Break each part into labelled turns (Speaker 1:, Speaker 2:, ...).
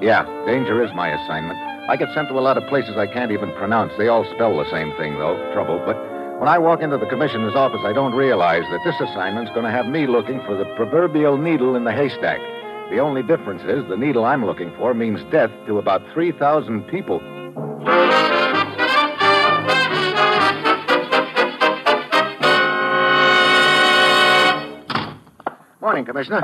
Speaker 1: Yeah, danger is my assignment. I get sent to a lot of places I can't even pronounce. They all spell the same thing, though trouble. But when I walk into the commissioner's office, I don't realize that this assignment's going to have me looking for the proverbial needle in the haystack. The only difference is the needle I'm looking for means death to about 3,000 people. Morning, Commissioner.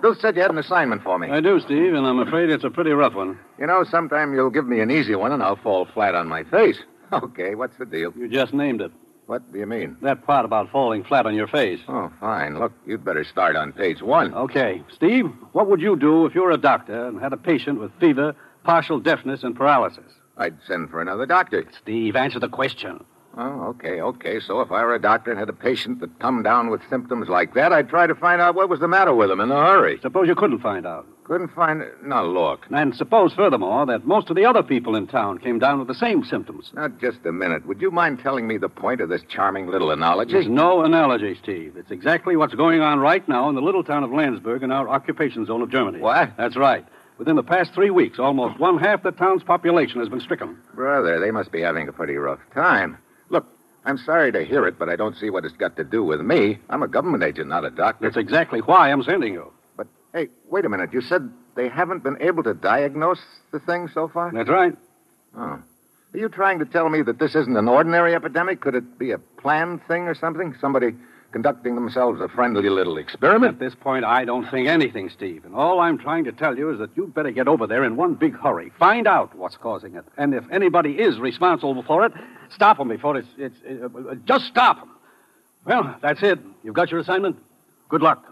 Speaker 1: Bill said you had an assignment for me.
Speaker 2: I do, Steve, and I'm afraid it's a pretty rough one.
Speaker 1: You know, sometime you'll give me an easy one and I'll fall flat on my face. Okay, what's the deal?
Speaker 2: You just named it.
Speaker 1: What do you mean?
Speaker 2: That part about falling flat on your face.
Speaker 1: Oh, fine. Look, you'd better start on page one.
Speaker 2: Okay. Steve, what would you do if you were a doctor and had a patient with fever, partial deafness, and paralysis?
Speaker 1: I'd send for another doctor.
Speaker 2: Steve, answer the question.
Speaker 1: Oh, okay, okay. So if I were a doctor and had a patient that come down with symptoms like that, I'd try to find out what was the matter with him in a hurry.
Speaker 2: Suppose you couldn't find out.
Speaker 1: Couldn't find. Now look.
Speaker 2: And suppose, furthermore, that most of the other people in town came down with the same symptoms.
Speaker 1: Now, just a minute. Would you mind telling me the point of this charming little
Speaker 2: There's
Speaker 1: analogy?
Speaker 2: no analogy, Steve. It's exactly what's going on right now in the little town of Landsberg in our occupation zone of Germany.
Speaker 1: What?
Speaker 2: That's right. Within the past three weeks, almost one half the town's population has been stricken.
Speaker 1: Brother, they must be having a pretty rough time. Look, I'm sorry to hear it, but I don't see what it's got to do with me. I'm a government agent, not a doctor.
Speaker 2: That's exactly why I'm sending you.
Speaker 1: But hey, wait a minute. You said they haven't been able to diagnose the thing so far?
Speaker 2: That's right.
Speaker 1: Oh. Are you trying to tell me that this isn't an ordinary epidemic? Could it be a planned thing or something? Somebody conducting themselves a friendly little
Speaker 2: At
Speaker 1: experiment?
Speaker 2: this point, I don't think anything, Steve. And all I'm trying to tell you is that you'd better get over there in one big hurry. Find out what's causing it. And if anybody is responsible for it, stop them before it's. it's uh, uh, just stop them. Well, that's it. You've got your assignment. Good luck.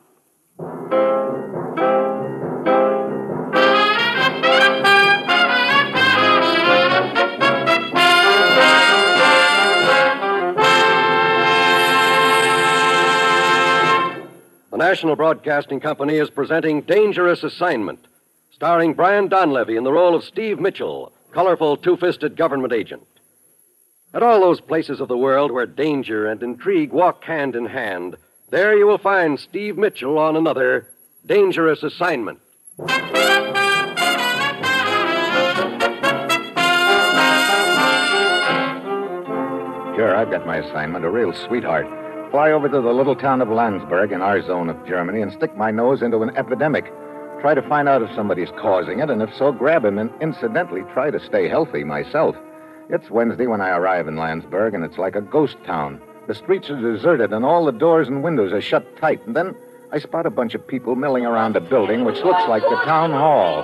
Speaker 3: The National Broadcasting Company is presenting Dangerous Assignment, starring Brian Donlevy in the role of Steve Mitchell, colorful two fisted government agent. At all those places of the world where danger and intrigue walk hand in hand, there you will find Steve Mitchell on another Dangerous Assignment.
Speaker 1: Sure, I've got my assignment, a real sweetheart. Fly over to the little town of Landsberg in our zone of Germany and stick my nose into an epidemic. Try to find out if somebody's causing it, and if so, grab him and incidentally try to stay healthy myself. It's Wednesday when I arrive in Landsberg, and it's like a ghost town. The streets are deserted, and all the doors and windows are shut tight. And then I spot a bunch of people milling around a building which looks like the town hall.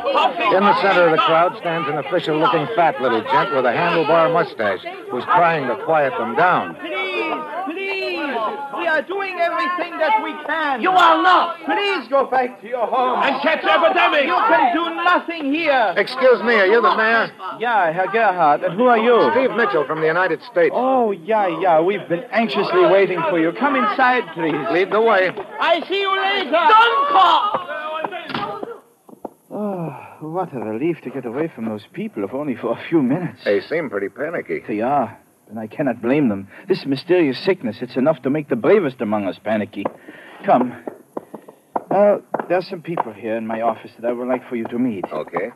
Speaker 1: In the center of the crowd stands an official looking fat little gent with a handlebar mustache who's trying to quiet them down.
Speaker 4: Please, please. We are doing everything that we can. You are not. Please go back to your home. And catch epidemic. You can do nothing here.
Speaker 1: Excuse me, are you the mayor?
Speaker 4: Yeah, Herr Gerhard. And who are you?
Speaker 1: Steve Mitchell from the United States.
Speaker 4: Oh, yeah, yeah. We've been anxiously waiting for you. Come inside, please.
Speaker 1: Lead the way.
Speaker 4: I see you later. Don't call. Oh, what a relief to get away from those people, if only for a few minutes.
Speaker 1: They seem pretty panicky.
Speaker 4: They are, and I cannot blame them. This mysterious sickness, it's enough to make the bravest among us panicky. Come. Uh, there's some people here in my office that I would like for you to meet.
Speaker 1: Okay.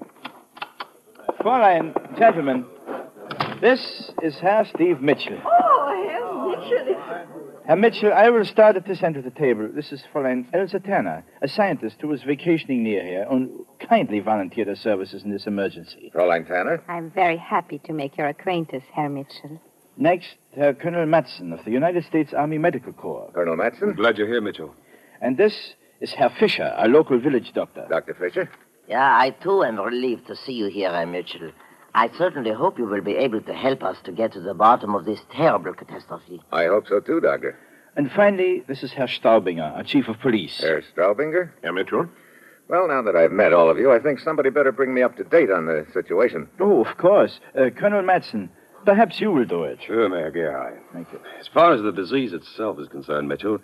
Speaker 4: Fräulein, gentlemen, This is Herr Steve Mitchell.
Speaker 5: Oh, Herr Mitchell.
Speaker 4: Herr Mitchell, I will start at this end of the table. This is Fräulein Elsa Tanner, a scientist who is vacationing near here and kindly volunteered her services in this emergency.
Speaker 1: Fräulein Tanner?
Speaker 5: I'm very happy to make your acquaintance, Herr Mitchell.
Speaker 4: Next, Herr Colonel Matson of the United States Army Medical Corps.
Speaker 1: Colonel Matson?
Speaker 2: Glad you're here, Mitchell.
Speaker 4: And this is Herr Fisher, our local village doctor.
Speaker 1: Dr. Fisher?
Speaker 6: Yeah, I too am relieved to see you here, Herr Mitchell. I certainly hope you will be able to help us to get to the bottom of this terrible catastrophe.
Speaker 1: I hope so, too, Doctor.
Speaker 4: And finally, this is Herr Staubinger, our chief of police.
Speaker 1: Herr Straubinger?
Speaker 7: Herr Mitchell?
Speaker 1: Well, now that I've met all of you, I think somebody better bring me up to date on the situation.
Speaker 4: Oh, of course. Uh, Colonel Matson, perhaps you will do it.
Speaker 7: Sure, Mayor Gearhide.
Speaker 4: Thank you.
Speaker 7: As far as the disease itself is concerned, Mitchell,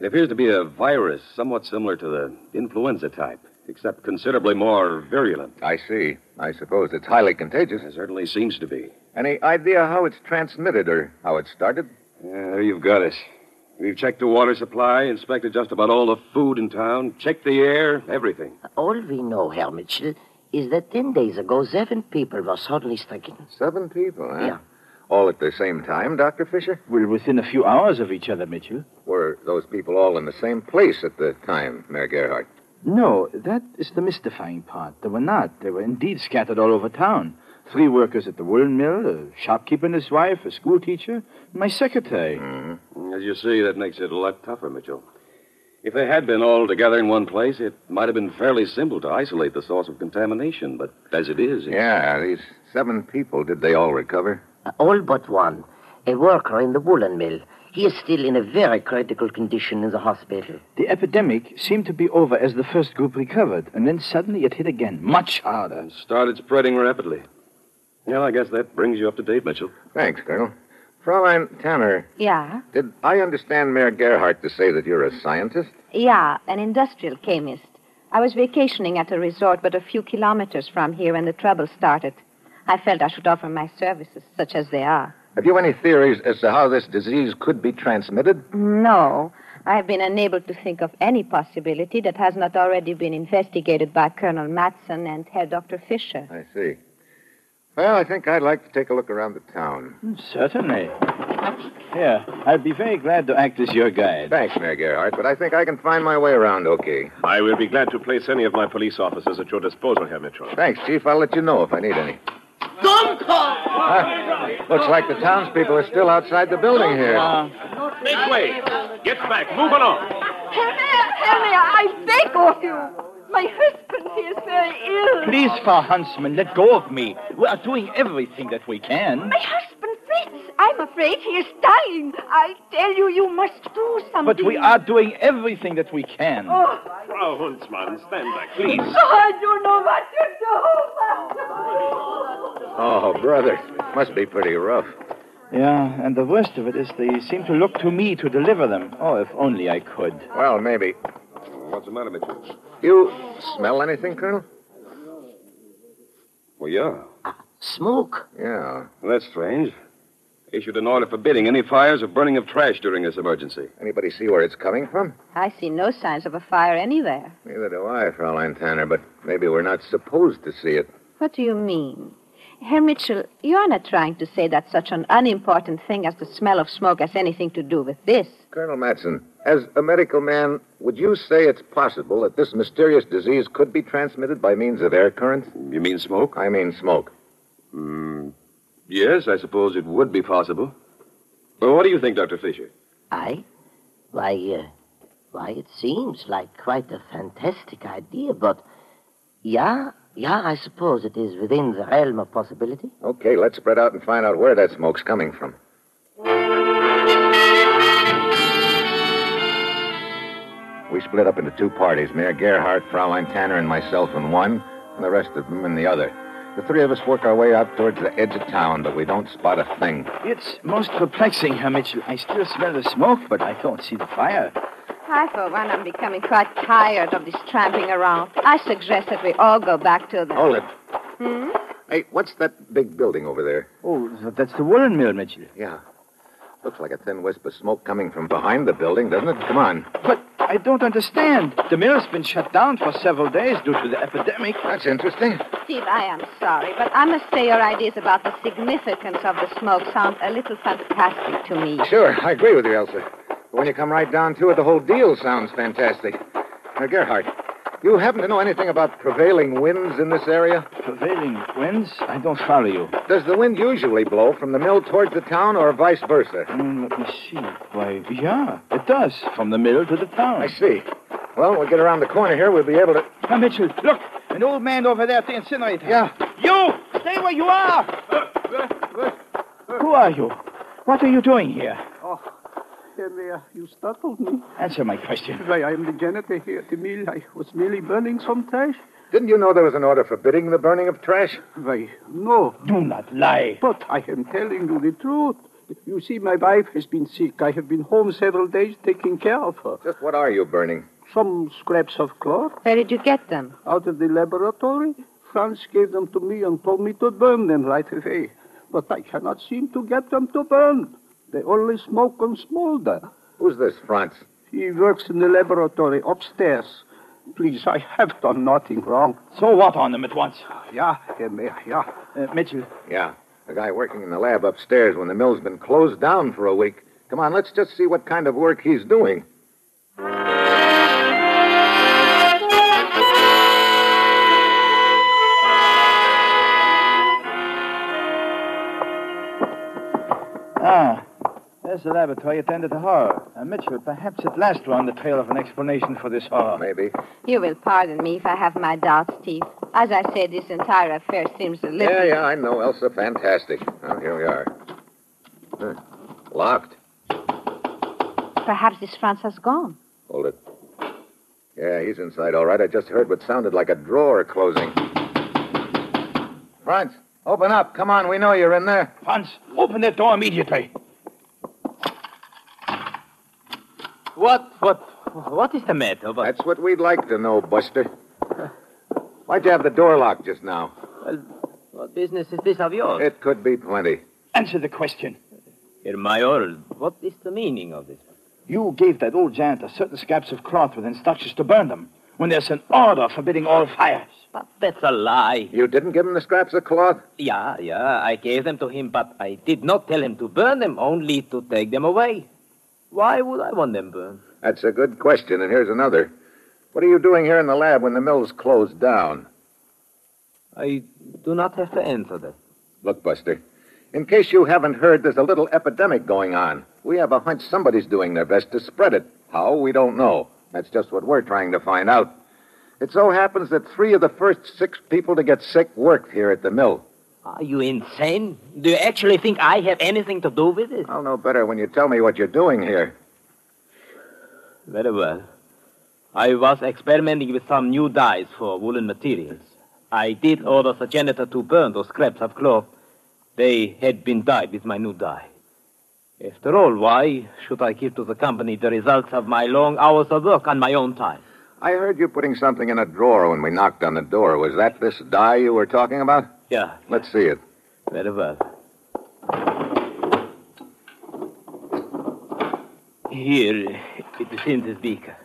Speaker 7: it appears to be a virus somewhat similar to the influenza type, except considerably more virulent.
Speaker 1: I see. I suppose it's highly contagious.
Speaker 7: It certainly seems to be.
Speaker 1: Any idea how it's transmitted or how it started?
Speaker 7: Yeah, there you've got us. We've checked the water supply, inspected just about all the food in town, checked the air, everything.
Speaker 6: All we know, Herr Mitchell, is that ten days ago seven people were suddenly stricken.
Speaker 1: Seven people, huh?
Speaker 6: Yeah.
Speaker 1: All at the same time, Dr. Fisher?
Speaker 4: We're within a few hours of each other, Mitchell.
Speaker 1: Were those people all in the same place at the time, Mayor Gerhardt?
Speaker 4: No, that is the mystifying part. They were not. They were indeed scattered all over town. Three workers at the woolen mill, a shopkeeper and his wife, a schoolteacher, and my secretary.
Speaker 7: As you see, that makes it a lot tougher, Mitchell. If they had been all together in one place, it might have been fairly simple to isolate the source of contamination, but as it is, it-
Speaker 1: Yeah, these seven people, did they all recover?
Speaker 6: All but one, a worker in the woolen mill. He is still in a very critical condition in the hospital.
Speaker 4: The epidemic seemed to be over as the first group recovered, and then suddenly it hit again, much harder.
Speaker 7: it started spreading rapidly. Well, I guess that brings you up to date, Mitchell.
Speaker 1: Thanks, Colonel. Fräulein Tanner,
Speaker 5: Yeah?
Speaker 1: did I understand Mayor Gerhardt to say that you're a scientist?
Speaker 5: Yeah, an industrial chemist. I was vacationing at a resort but a few kilometers from here when the trouble started. I felt I should offer my services, such as they are.
Speaker 1: Have you any theories as to how this disease could be transmitted?
Speaker 5: No, I have been unable to think of any possibility that has not already been investigated by Colonel Matson and Herr Dr. Fisher.
Speaker 1: I see. Well, I think I'd like to take a look around the town.
Speaker 4: Certainly. Here, I'll be very glad to act as your guide.
Speaker 1: Thanks, Mayor Gerhardt, but I think I can find my way around okay.
Speaker 7: I will be glad to place any of my police officers at your disposal, Herr Mitchell.
Speaker 1: Thanks, Chief. I'll let you know if I need any. Huh? Looks like the townspeople are still outside the building here.
Speaker 7: Make way! Get back! Move along!
Speaker 5: Herr Mayor, Herr Mayor, I beg of you. My husband, he is very ill.
Speaker 4: Please, Frau Huntsman, let go of me. We are doing everything that we can.
Speaker 5: My husband, Fritz, I'm afraid he is dying. I tell you, you must do something.
Speaker 4: But we are doing everything that we can.
Speaker 5: Oh,
Speaker 7: Frau Huntsmann, stand back, please.
Speaker 5: oh, I don't know what to do.
Speaker 1: Oh, brother. Must be pretty rough.
Speaker 4: Yeah, and the worst of it is they seem to look to me to deliver them. Oh, if only I could.
Speaker 1: Well, maybe.
Speaker 7: What's the matter, Mitchell?
Speaker 1: You smell anything, Colonel?
Speaker 7: Well, yeah.
Speaker 6: Smoke?
Speaker 1: Yeah.
Speaker 7: That's strange. Issued an order forbidding any fires or burning of trash during this emergency.
Speaker 1: Anybody see where it's coming from?
Speaker 5: I see no signs of a fire anywhere.
Speaker 1: Neither do I, Fräulein Tanner, but maybe we're not supposed to see it.
Speaker 5: What do you mean? Herr Mitchell, you're not trying to say that such an unimportant thing as the smell of smoke has anything to do with this.
Speaker 1: Colonel Matson, as a medical man, would you say it's possible that this mysterious disease could be transmitted by means of air currents?
Speaker 7: You mean smoke? Hmm.
Speaker 1: I mean smoke.
Speaker 7: Yes, I suppose it would be possible. Well, what do you think, Dr. Fisher?
Speaker 6: I? Why, uh, why, it seems like quite a fantastic idea, but yeah, yeah, I suppose it is within the realm of possibility.
Speaker 1: Okay, let's spread out and find out where that smoke's coming from. We split up into two parties Mayor Gerhardt, Fraulein Tanner, and myself in one, and the rest of them in the other. The three of us work our way out towards the edge of town, but we don't spot a thing.
Speaker 4: It's most perplexing, Herr Mitchell. I still smell the smoke, but I don't see the fire.
Speaker 5: I, for one, am becoming quite tired of this tramping around. I suggest that we all go back to
Speaker 4: Oh.
Speaker 5: the.
Speaker 1: Hold it. Hey, what's that big building over there?
Speaker 4: Oh, th- that's the woolen mill, Mitchell.
Speaker 1: Yeah. Looks like a thin wisp of smoke coming from behind the building, doesn't it? Come on.
Speaker 4: But I, I don't understand. The mill's been shut down for several days due to the epidemic.
Speaker 1: That's interesting.
Speaker 5: Steve, I am sorry, but I must say your ideas about the significance of the smoke sound a little fantastic to me.
Speaker 1: Sure, I agree with you, Elsa. But when you come right down to it, the whole deal sounds fantastic. Now, Gerhardt, you happen to know anything about prevailing winds in this area?
Speaker 4: Prevailing winds? I don't follow you.
Speaker 1: Does the wind usually blow from the mill towards the town or vice versa?
Speaker 4: Mm, let me see. Why, yeah, it does. From the mill to the town.
Speaker 1: I see. Well, we'll get around the corner here. We'll be able to.
Speaker 4: Now, Mitchell, look. An old man over there at the incinerator.
Speaker 1: Yeah.
Speaker 4: You! Stay where you are! Who are you? What are you doing here?
Speaker 8: Oh, Henry, you startled me.
Speaker 4: Answer my question.
Speaker 8: Why, I'm the janitor here at the mill. I was merely burning some trash.
Speaker 1: Didn't you know there was an order forbidding the burning of trash?
Speaker 8: Why, no.
Speaker 4: Do not lie.
Speaker 8: But I am telling you the truth. You see, my wife has been sick. I have been home several days taking care of her.
Speaker 1: Just what are you burning?
Speaker 8: Some scraps of cloth
Speaker 5: Where did you get them?
Speaker 8: out of the laboratory. Franz gave them to me and told me to burn them right away. But I cannot seem to get them to burn. They only smoke and smolder.
Speaker 1: Who's this, Franz?
Speaker 8: He works in the laboratory upstairs. Please, I have done nothing wrong.
Speaker 4: So what on them at once?
Speaker 8: Yeah, Henry, yeah.
Speaker 4: Uh, Mitchell,
Speaker 1: Yeah, a guy working in the lab upstairs when the mill's been closed down for a week. Come on, let's just see what kind of work he's doing.
Speaker 4: Ah, there's the laboratory at the end of the horror. Uh, Mitchell, perhaps at last we're on the trail of an explanation for this horror.
Speaker 1: Maybe.
Speaker 5: You will pardon me if I have my doubts, Steve. As I say, this entire affair seems a little.
Speaker 1: Yeah, yeah, I know, Elsa. Fantastic. Well, here we are. Huh. Locked.
Speaker 5: Perhaps this Franz has gone.
Speaker 1: Hold it. Yeah, he's inside, all right. I just heard what sounded like a drawer closing. Franz, open up. Come on, we know you're in there.
Speaker 4: Franz, open that door immediately. What? What? What is the matter? But
Speaker 1: That's what we'd like to know, Buster. Why'd you have the door locked just now?
Speaker 6: What business is this of yours?
Speaker 1: It could be plenty.
Speaker 4: answer the question.
Speaker 6: Uh, Herr Major, what is the meaning of this?
Speaker 4: You gave that old janitor certain scraps of cloth with instructions to burn them when there's an order forbidding all fires.
Speaker 6: But that's a lie.
Speaker 1: You didn't give him the scraps of cloth?
Speaker 6: Yeah, yeah, I gave them to him, but I did not tell him to burn them, only to take them away. Why would I want them burned?
Speaker 1: That's a good question, and here's another. What are you doing here in the lab when the mill's closed down?
Speaker 6: I do not have to answer that.
Speaker 1: Look, Buster, in case you haven't heard, there's a little epidemic going on. We have a hunch somebody's doing their best to spread it. How, we don't know. That's just what we're trying to find out. It so happens that three of the first six people to get sick worked here at the mill.
Speaker 6: Are you insane? Do you actually think I have anything to do with it?
Speaker 1: I'll know better when you tell me what you're doing here.
Speaker 6: Very well. I was experimenting with some new dyes for woolen materials. I did order the janitor to burn those scraps of cloth. They had been dyed with my new dye. After all, why should I give to the company the results of my long hours of work on my own time?
Speaker 1: I heard you putting something in a drawer when we knocked on the door. Was that this dye you were talking about?
Speaker 6: Yeah,
Speaker 1: Let's see it.
Speaker 6: very well. Here, it is in this beaker.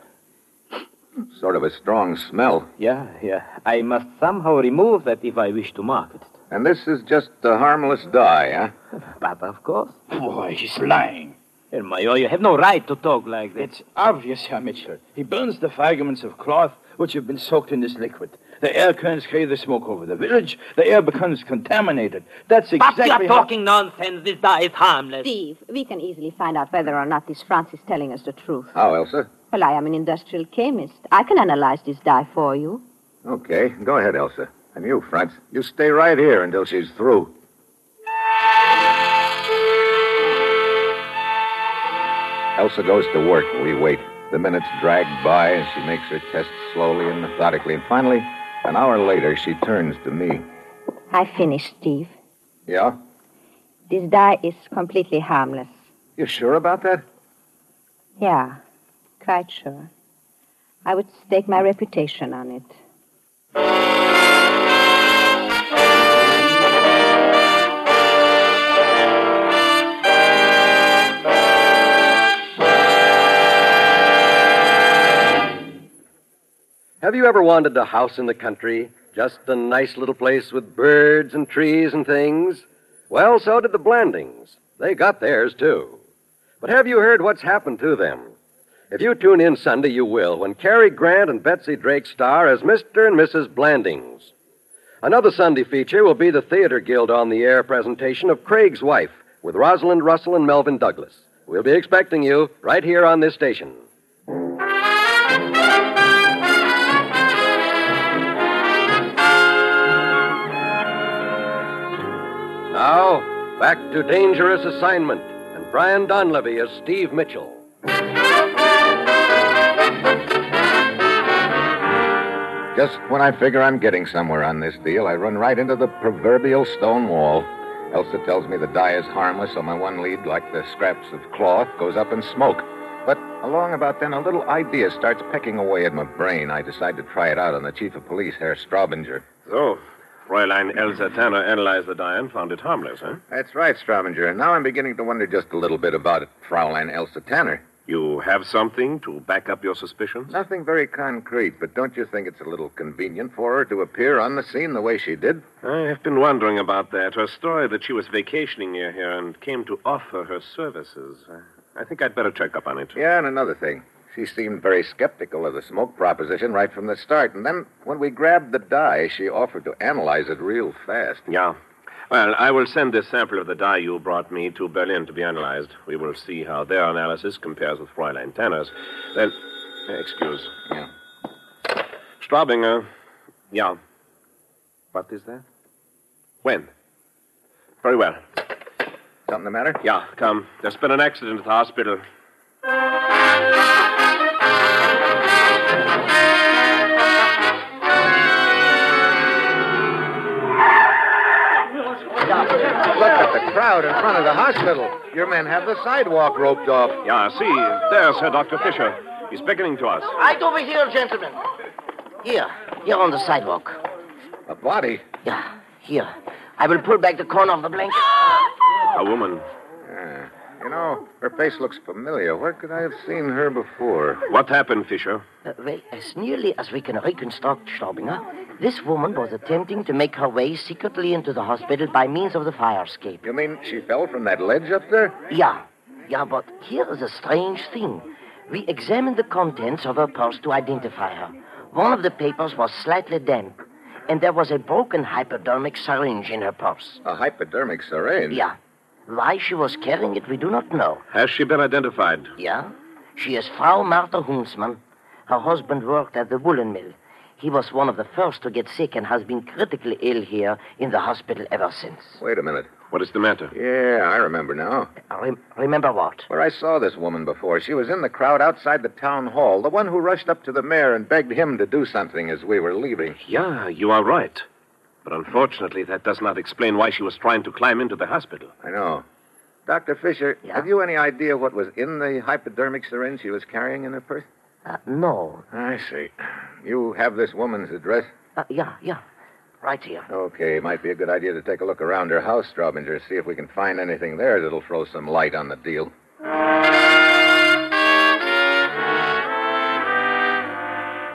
Speaker 1: Sort of a strong smell.
Speaker 6: Yeah, yeah. I must somehow remove that if I wish to market it.
Speaker 1: And this is just a harmless dye, huh?
Speaker 6: But of course.
Speaker 4: Boy, he's lying.
Speaker 6: Herr Major, you have no right to talk like that.
Speaker 4: It's obvious, Herr Mitchell. He burns the fragments of cloth which have been soaked in this liquid. The air currents carry the smoke over the village. The air becomes contaminated. That's
Speaker 6: Stop
Speaker 4: exactly
Speaker 6: your
Speaker 4: how-
Speaker 6: talking nonsense. This dye is harmless.
Speaker 5: Steve, we can easily find out whether or not this Franz is telling us the truth.
Speaker 1: How, Elsa?
Speaker 5: Well, I am an industrial chemist. I can analyze this dye for you.
Speaker 1: Okay, go ahead, Elsa. And you, Franz, you stay right here until she's through. Elsa goes to work. We wait. The minutes drag by as she makes her tests slowly and methodically. And finally, an hour later, she turns to me.
Speaker 5: I finished, Steve.
Speaker 1: Yeah?
Speaker 5: This dye is completely harmless.
Speaker 1: You sure about that?
Speaker 5: Yeah, quite sure. I would stake my reputation on it.
Speaker 3: you ever wanted a house in the country? Just a nice little place with birds and trees and things? Well, so did the Blandings. They got theirs, too. But have you heard what's happened to them? If you tune in Sunday, you will, when Cary Grant and Betsy Drake star as Mr. and Mrs. Blandings. Another Sunday feature will be the Theater Guild on the Air presentation of Craig's Wife with Rosalind Russell and Melvin Douglas. We'll be expecting you right here on this station. Now, back to Dangerous Assignment and Brian Donlevy as Steve Mitchell.
Speaker 1: Just when I figure I'm getting somewhere on this deal, I run right into the proverbial stone wall. Elsa tells me the dye is harmless, so my one lead, like the scraps of cloth, goes up in smoke. But along about then, a little idea starts pecking away at my brain. I decide to try it out on the chief of police, Herr Straubinger.
Speaker 9: So, Fräulein Elsa Tanner analyzed the dye and found it harmless, huh?
Speaker 1: That's right, Straubinger. And now I'm beginning to wonder just a little bit about it, Fraulein Elsa Tanner.
Speaker 9: You have something to back up your suspicions?
Speaker 1: Nothing very concrete, but don't you think it's a little convenient for her to appear on the scene the way she did?
Speaker 9: I have been wondering about that. Her story that she was vacationing near here and came to offer her services. I- I think I'd better check up on it.
Speaker 1: Yeah, and another thing. She seemed very skeptical of the smoke proposition right from the start, and then when we grabbed the dye, she offered to analyze it real fast.
Speaker 9: Yeah. Well, I will send this sample of the dye you brought me to Berlin to be analyzed. We will see how their analysis compares with Fräulein Tanner's. Then, eh, excuse.
Speaker 1: Yeah.
Speaker 9: Straubinger. Yeah. What is that? When? Very well.
Speaker 1: Something the matter?
Speaker 9: Yeah, come. There's been an accident at the hospital.
Speaker 1: Look at the crowd in front of the hospital. Your men have the sidewalk roped off.
Speaker 9: Yeah, see, there's Herr Dr. Fisher. He's beckoning to us.
Speaker 10: Right over here, gentlemen. Here, here on the sidewalk.
Speaker 1: A body?
Speaker 10: Yeah, here. I will pull back the corner of the blanket.
Speaker 9: A woman.
Speaker 1: Yeah. You know, her face looks familiar. Where could I have seen her before?
Speaker 9: What happened, Fisher?
Speaker 10: Uh, well, as nearly as we can reconstruct Staubinger, this woman was attempting to make her way secretly into the hospital by means of the fire escape.
Speaker 1: You mean she fell from that ledge up there?
Speaker 10: Yeah, yeah, but here is a strange thing. We examined the contents of her purse to identify her. One of the papers was slightly damp, and there was a broken hypodermic syringe in her purse.
Speaker 1: A hypodermic syringe?
Speaker 10: Yeah. Why she was carrying it, we do not know.
Speaker 9: Has she been identified?
Speaker 10: Yeah? She is Frau Martha Hunsmann. Her husband worked at the woolen mill. He was one of the first to get sick and has been critically ill here in the hospital ever since.
Speaker 1: Wait a minute.
Speaker 9: What is the matter?
Speaker 1: Yeah, I remember now.
Speaker 10: Rem- remember what?
Speaker 1: Where I saw this woman before. She was in the crowd outside the town hall, the one who rushed up to the mayor and begged him to do something as we were leaving.
Speaker 9: Yeah, you are right. But unfortunately, that does not explain why she was trying to climb into the hospital.
Speaker 1: I know. Dr. Fisher,
Speaker 10: Yeah?
Speaker 1: have you any idea what was in the hypodermic syringe she was carrying in her purse?
Speaker 10: Uh, no.
Speaker 1: I see. You have this woman's address?
Speaker 10: Uh, yeah, yeah. Right here.
Speaker 1: Okay, might be a good idea to take a look around her house, Straubinger, see if we can find anything there that'll throw some light on the deal.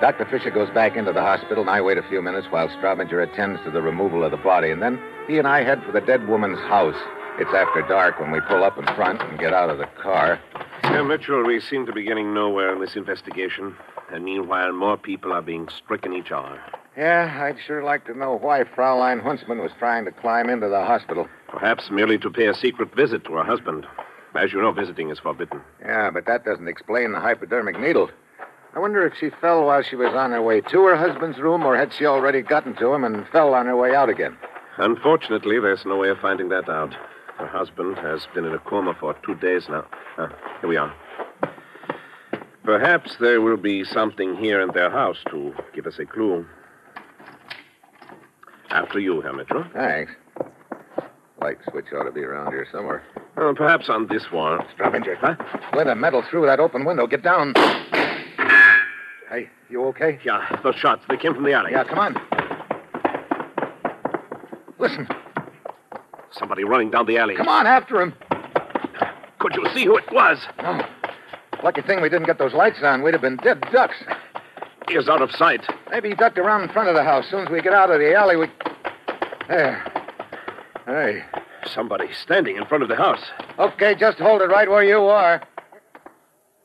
Speaker 1: Dr. Fisher goes back into the hospital, and I wait a few minutes while Straubinger attends to the removal of the body, and then he and I head for the dead woman's house. It's after dark when we pull up in front and get out of the car.
Speaker 9: Now, Mitchell, we seem to be getting nowhere in this investigation. And meanwhile, more people are being stricken each hour.
Speaker 1: Yeah, I'd sure like to know why Fraulein Huntsman was trying to climb into the hospital.
Speaker 9: Perhaps merely to pay a secret visit to her husband. As you know, visiting is forbidden.
Speaker 1: Yeah, but that doesn't explain the hypodermic needle. I wonder if she fell while she was on her way to her husband's room, or had she already gotten to him and fell on her way out again?
Speaker 9: Unfortunately, there's no way of finding that out. Her husband has been in a coma for two days now. Ah, here we are. Perhaps there will be something here in their house to give us a clue. After you, Herr Mitchell.
Speaker 1: Thanks. Light switch ought to be around here somewhere.
Speaker 9: Uh, perhaps on this wall.
Speaker 1: Strabinger.
Speaker 9: Huh?
Speaker 1: Let a metal through that open window. Get down. Hey, you okay?
Speaker 9: Yeah, those shots. They came from the alley.
Speaker 1: Yeah, come on. Listen,
Speaker 9: Somebody running down the alley.
Speaker 1: come on after him.
Speaker 9: Could you see who it was?
Speaker 1: Oh, lucky thing we didn't get those lights on. We'd have been dead ducks.
Speaker 9: He is out of sight.
Speaker 1: Maybe he ducked around in front of the house. Soon as we get out of the alley, we. There. Hey.
Speaker 9: Somebody standing in front of the house.
Speaker 1: Okay, just hold it right where you are.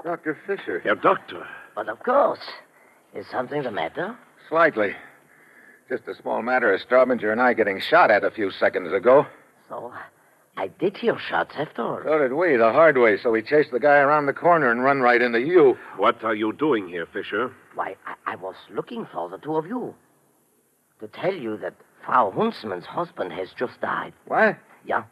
Speaker 1: Dr. Fisher.
Speaker 9: Your doctor.
Speaker 10: But of course. Is something the matter?
Speaker 1: Slightly. Just a small matter of Starbinger and I getting shot at a few seconds ago.
Speaker 10: So, I did hear shots after all.
Speaker 1: So did we, the hard way, so we chased the guy around the corner and run right into you.
Speaker 9: What are you doing here, Fisher?
Speaker 10: Why, I, I was looking for the two of you. To tell you that Frau Huntsman's husband has just died.
Speaker 1: What?
Speaker 10: Yeah.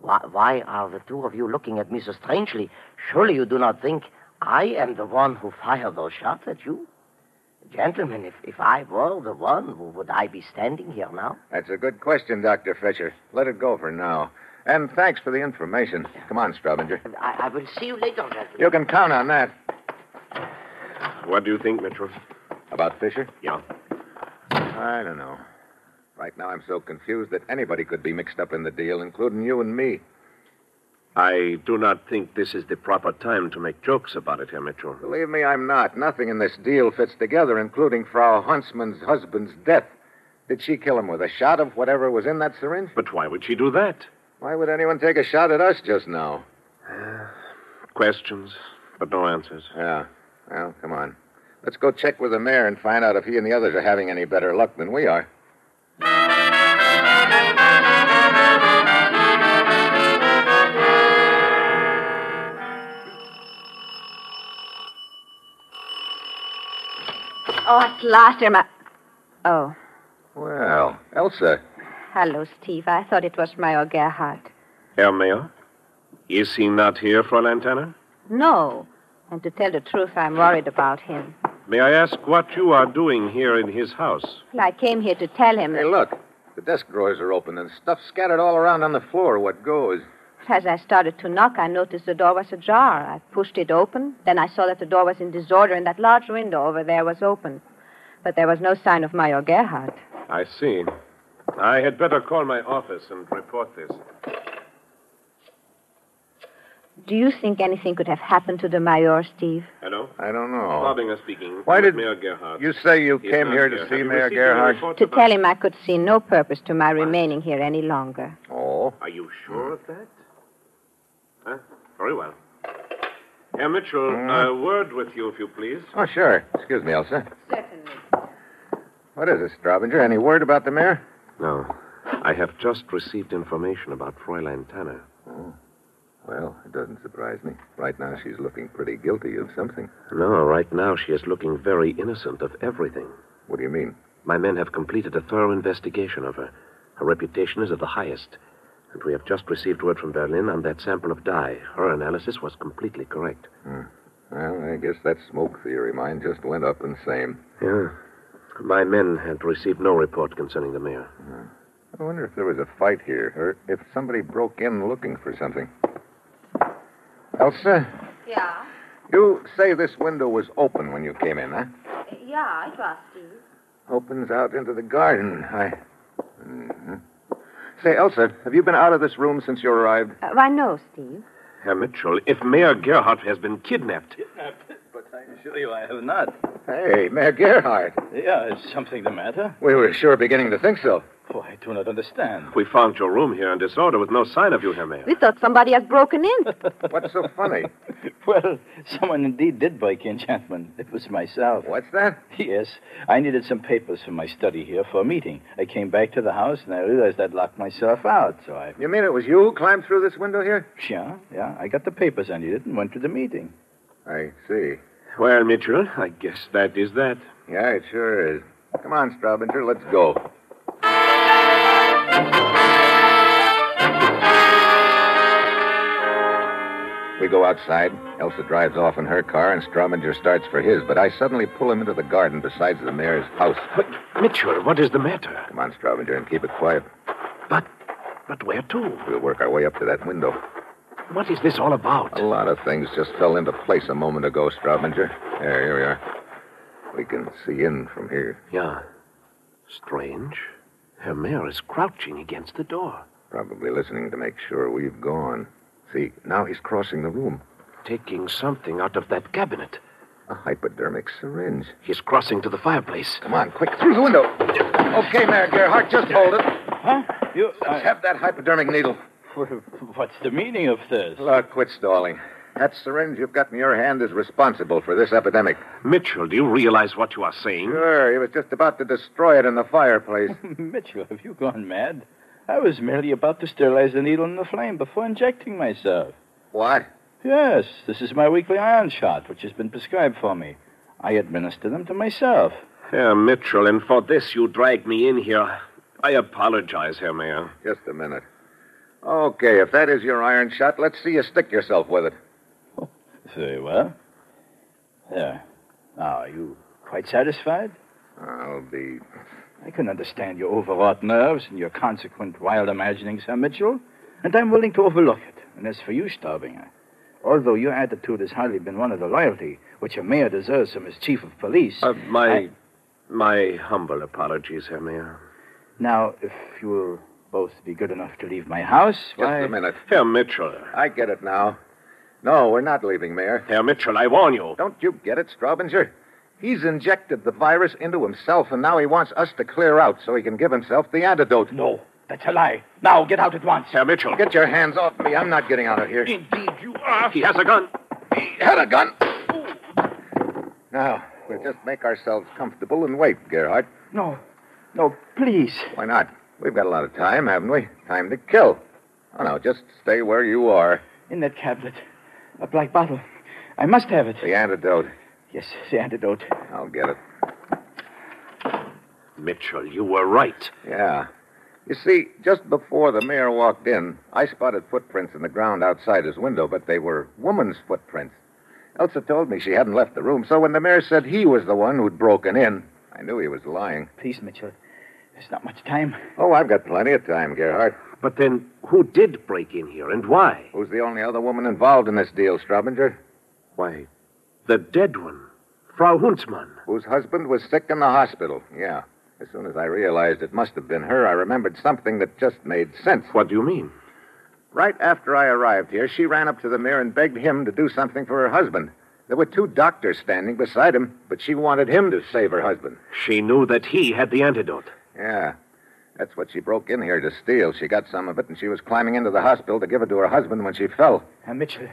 Speaker 10: Why, why are the two of you looking at me so strangely? Surely you do not think I am the one who fired those shots at you? Gentlemen, if, if I were the one, w- would I be standing here now?
Speaker 1: That's a good question, Dr. Fisher. Let it go for now. And thanks for the information. Come on, Straubinger.
Speaker 10: I, I will see you later, gentlemen.
Speaker 1: You can count on that.
Speaker 9: What do you think, Mitchell?
Speaker 1: About Fisher?
Speaker 9: Yeah.
Speaker 1: I don't know. Right now, I'm so confused that anybody could be mixed up in the deal, including you and me.
Speaker 9: I do not think this is the proper time to make jokes about it, Herr Mitchell.
Speaker 1: Believe me, I'm not. Nothing in this deal fits together, including Frau Huntsman's husband's death. Did she kill him with a shot of whatever was in that syringe?
Speaker 9: But why would she do that?
Speaker 1: Why would anyone take a shot at us just now?
Speaker 9: Uh, Questions, but no answers.
Speaker 1: Yeah. Well, come on. Let's go check with the mayor and find out if he and the others are having any better luck than we are.
Speaker 5: Oh, at last am I. Oh,
Speaker 1: Well, Elsa.
Speaker 5: hello, Steve. I thought it was Major Gerhardt.
Speaker 9: Herr Mayor? Is he not here, Fräulein Tanner?
Speaker 5: No. And to tell the truth, I'm worried about him.
Speaker 9: May I ask what you are doing here in his house?
Speaker 5: Well, I came here to tell him,
Speaker 1: Hey, look. The desk drawers are open and stuff scattered all around on the floor. What goes?
Speaker 5: as I started to knock, I noticed the door was ajar. I pushed it open. Then I saw that the door was in disorder and that large window over there was open. But there was no sign of Major Gerhardt.
Speaker 9: I see. I had better call my office and report this.
Speaker 5: Do you think anything could have happened to the Major, Steve?
Speaker 9: Hello?
Speaker 1: I don't know.
Speaker 9: Bobinger speaking.
Speaker 1: Oh. Why
Speaker 9: With
Speaker 1: did-
Speaker 9: Mayor Gerhardt.
Speaker 1: You say you
Speaker 9: He's
Speaker 1: came
Speaker 9: not
Speaker 1: here to
Speaker 9: Have
Speaker 1: see
Speaker 9: you
Speaker 1: Mayor
Speaker 9: received any
Speaker 1: Gerhardt?
Speaker 9: reports
Speaker 5: To
Speaker 9: about-
Speaker 5: tell him I could see no purpose to my remaining here any longer.
Speaker 1: Oh.
Speaker 9: Are you sure of that? Huh? Very well. Herr Mitchell,
Speaker 1: Mm.
Speaker 9: a word with you, if you please.
Speaker 1: Oh, sure. Excuse me, Elsa.
Speaker 5: Certainly.
Speaker 1: What is it, Straubinger? Any word about the mayor?
Speaker 9: No. I have just received information about Fräulein Tanner.
Speaker 1: Well, it doesn't surprise me. Right now, she's looking pretty guilty of something.
Speaker 9: No, right now she is looking very innocent of everything.
Speaker 1: What do you mean?
Speaker 9: My men have completed a thorough investigation of her. Her reputation is of the highest. And we have just received word from Berlin on that sample of dye. Her analysis was completely correct.
Speaker 1: Well, I guess that smoke theory of mine just went up in same.
Speaker 9: Yeah. My men had received no report concerning the mayor.
Speaker 1: I wonder if there was a fight here, or if somebody broke in looking for something. Elsa,
Speaker 5: Yeah.
Speaker 1: you say this window was open when you came in, huh?
Speaker 5: Yeah, it was, Steve.
Speaker 1: Opens out into the garden. I. Mhm. Say, Elsa, have you been out of this room since you arrived?
Speaker 5: Uh, why, no, Steve.
Speaker 9: Herr Mitchell, if Mayor Gerhardt has been kidnapped,
Speaker 4: But I assure you I have not.
Speaker 1: Hey, Mayor Gerhardt.
Speaker 4: Yeah, is something the matter?
Speaker 1: We were sure beginning to think so.
Speaker 4: Oh, I do not understand.
Speaker 9: we found your room here in disorder with no sign of you, Herr Mayor.
Speaker 5: We thought somebody had broken in.
Speaker 1: What's so funny?
Speaker 4: Well, someone indeed did break in, gentlemen. It was myself.
Speaker 1: What's that?
Speaker 4: Yes, I needed some papers for my study here for a meeting. I came back to the house and I realized I'd locked myself out, so I.
Speaker 1: You mean it was you who climbed through this window here?
Speaker 4: Yeah, yeah, I got the papers I needed and went to the meeting.
Speaker 1: I see.
Speaker 9: Well, Mitchell, I guess that is that.
Speaker 1: Yeah, it sure is. Come on, Straubinger, let's go. We go outside. Elsa drives off in her car, and Straubinger starts for his, but I suddenly pull him into the garden besides the mayor's house.
Speaker 9: Mitchell, what is the matter?
Speaker 1: Come on, Straubinger, and keep it quiet.
Speaker 9: But where to?
Speaker 1: We'll work our way up to that window.
Speaker 9: What is this all about?
Speaker 1: A
Speaker 11: Oh,
Speaker 1: lot of things just fell into place a moment ago, Straubinger. There, here we are. We can see in from here.
Speaker 9: Yeah. Strange. Herr Mayor is crouching against the door.
Speaker 1: Probably listening to make sure we've gone. See, now he's crossing the room.
Speaker 9: taking something out of that cabinet.
Speaker 1: A hypodermic syringe.
Speaker 11: He's crossing to the fireplace.
Speaker 1: Come on, quick, through the window. Okay, Mayor Gerhardt, just hold it. Huh? You, Let's have that hypodermic needle.
Speaker 4: What's the meaning of this?
Speaker 1: Look, quit stalling. That syringe you've got in your hand is responsible for this epidemic.
Speaker 11: Mitchell, do you realize what you are saying?
Speaker 1: Sure, he was just about to destroy it in the fireplace.
Speaker 4: Mitchell, have you gone mad? I was merely about to sterilize the needle in the flame before injecting myself.
Speaker 1: What?
Speaker 4: Yes, this is my weekly iron shot, which has been prescribed for me. I administer them to myself.
Speaker 11: Herr Mitchell, and for this you dragged me in here. I apologize, Herr Mayor.
Speaker 1: Just a minute. Okay, if that is your iron shot, let's see you stick yourself with it.
Speaker 4: Very well. There. Now, are you quite satisfied?
Speaker 1: I'll be.
Speaker 4: I can understand your overwrought nerves and your consequent wild imaginings, Herr Mitchell, and I'm willing to overlook it. And as for you, Staubinger, although your attitude has hardly been one of the loyalty which a mayor deserves from his chief of police.
Speaker 11: Uh, my.
Speaker 4: I-
Speaker 11: My humble apologies, Herr Mayor.
Speaker 4: Now, if you'll both be good enough to leave my house,
Speaker 1: Just a minute.
Speaker 11: Herr Mitchell.
Speaker 1: I get it now. No, we're not leaving, Mayor.
Speaker 11: Herr Mitchell, I warn you.
Speaker 1: Don't you get it, Straubinger? He's injected the virus into himself, and now he wants us to clear out so he can give himself the antidote.
Speaker 4: No, that's a lie. Now, get out at once.
Speaker 11: Herr Mitchell.
Speaker 1: Get your hands off me. I'm not getting out of here.
Speaker 11: Indeed, you are. He has a gun.
Speaker 1: He had a gun. Now, we'll just make ourselves comfortable and wait, Gerhardt.
Speaker 4: No. No, please.
Speaker 1: Why not? We've got a lot of time, haven't we? Time to kill. Oh, no, just stay where you are.
Speaker 4: In that cabinet. A black bottle. I must have it.
Speaker 1: The antidote.
Speaker 4: Yes, the antidote.
Speaker 1: I'll get it.
Speaker 11: Mitchell, you were right.
Speaker 1: Yeah. You see, just before the mayor walked in, I spotted footprints in the ground outside his window, but they were woman's footprints. Elsa told me she hadn't left the room, so when the mayor said he was the one who'd broken in, I knew he was lying.
Speaker 4: Please, Mitchell. There's not much time.
Speaker 1: Oh, I've got plenty of time, Gerhardt.
Speaker 11: But then, who did break in here and why?
Speaker 1: Who's the only other woman involved in this deal, Straubinger?
Speaker 11: Why, the dead one, Frau Huntsmann.
Speaker 1: Whose husband was sick in the hospital. Yeah. As soon as I realized it must have been her, I remembered something that just made sense.
Speaker 11: What do you mean?
Speaker 1: Right after I arrived here, she ran up to the mayor and begged him to do something for her husband. There were two doctors standing beside him, but she wanted him to save her husband.
Speaker 11: She knew that he had the antidote.
Speaker 1: Yeah. That's what she broke in here to steal. She got some of it, and she was climbing into the hospital to give it to her husband when she fell.
Speaker 4: Uh, Mitchell,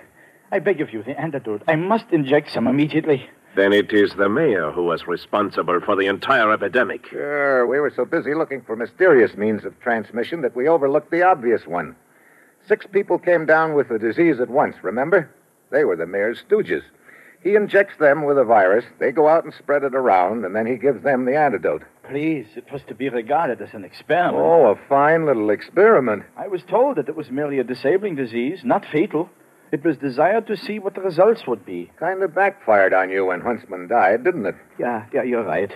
Speaker 4: I beg of you, the antidote. I must inject some immediately.
Speaker 11: Then it is the mayor who was responsible for the entire epidemic.
Speaker 1: Sure, we were so busy looking for mysterious means of transmission that we overlooked the obvious one. Six people came down with the disease at once, remember? They were the mayor's stooges. He injects them with a virus, they go out and spread it around, and then he gives them the antidote.
Speaker 4: Please, it was to be regarded as an experiment.
Speaker 1: Oh, a fine little experiment.
Speaker 4: I was told that it was merely a disabling disease, not fatal. It was desired to see what the results would be.
Speaker 1: Kind of backfired on you when Huntsman died, didn't it?
Speaker 4: Yeah, yeah, you're right.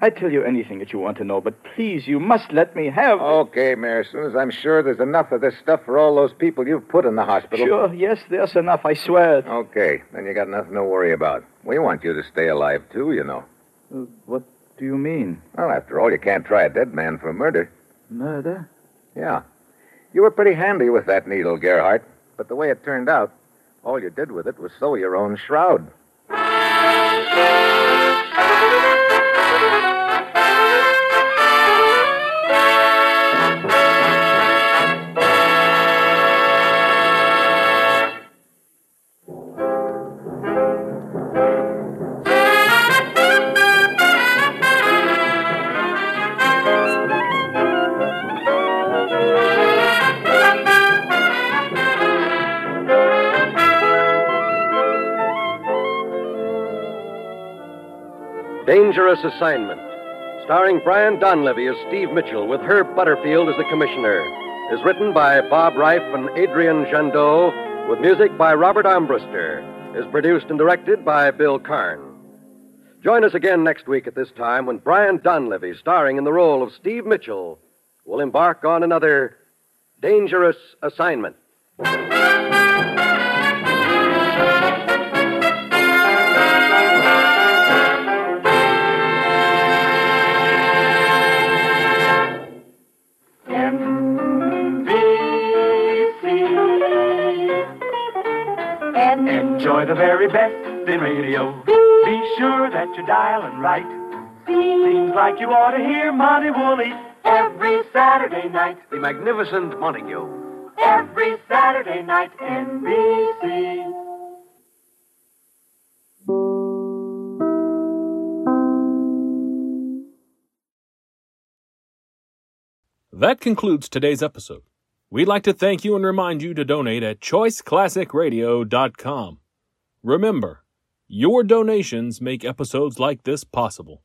Speaker 4: I tell you anything that you want to know, but please, you must let me have.
Speaker 1: Okay, Mayor, as soon as I'm sure there's enough of this stuff for all those people you've put in the hospital.
Speaker 4: Sure, yes, there's enough, I swear. it.
Speaker 1: Okay, then you got nothing to worry about. We want you to stay alive, too, you know.
Speaker 4: Uh, what do you mean?
Speaker 1: Well, after all, you can't try a dead man for murder.
Speaker 4: Murder?
Speaker 1: Yeah. You were pretty handy with that needle, Gerhardt. But the way it turned out, all you did with it was sew your own shroud.
Speaker 3: Dangerous Assignment, starring Brian Donlevy as Steve Mitchell with Herb Butterfield as the commissioner, is written by Bob Reif and Adrian Jandeau, with music by Robert Armbruster, is produced and directed by Bill Karn. Join us again next week at this time when Brian Donlevy, starring in the role of Steve Mitchell, will embark on another Dangerous Assignment.
Speaker 12: Enjoy the very best in radio. Be sure that you're dialing right. Seems like you ought to hear Monty Woolley every Saturday night.
Speaker 2: The magnificent Montague.
Speaker 12: Every Saturday night, NBC.
Speaker 13: That concludes today's episode. We'd like to thank you and remind you to donate at choiceclassicradio.com. Remember, your donations make episodes like this possible.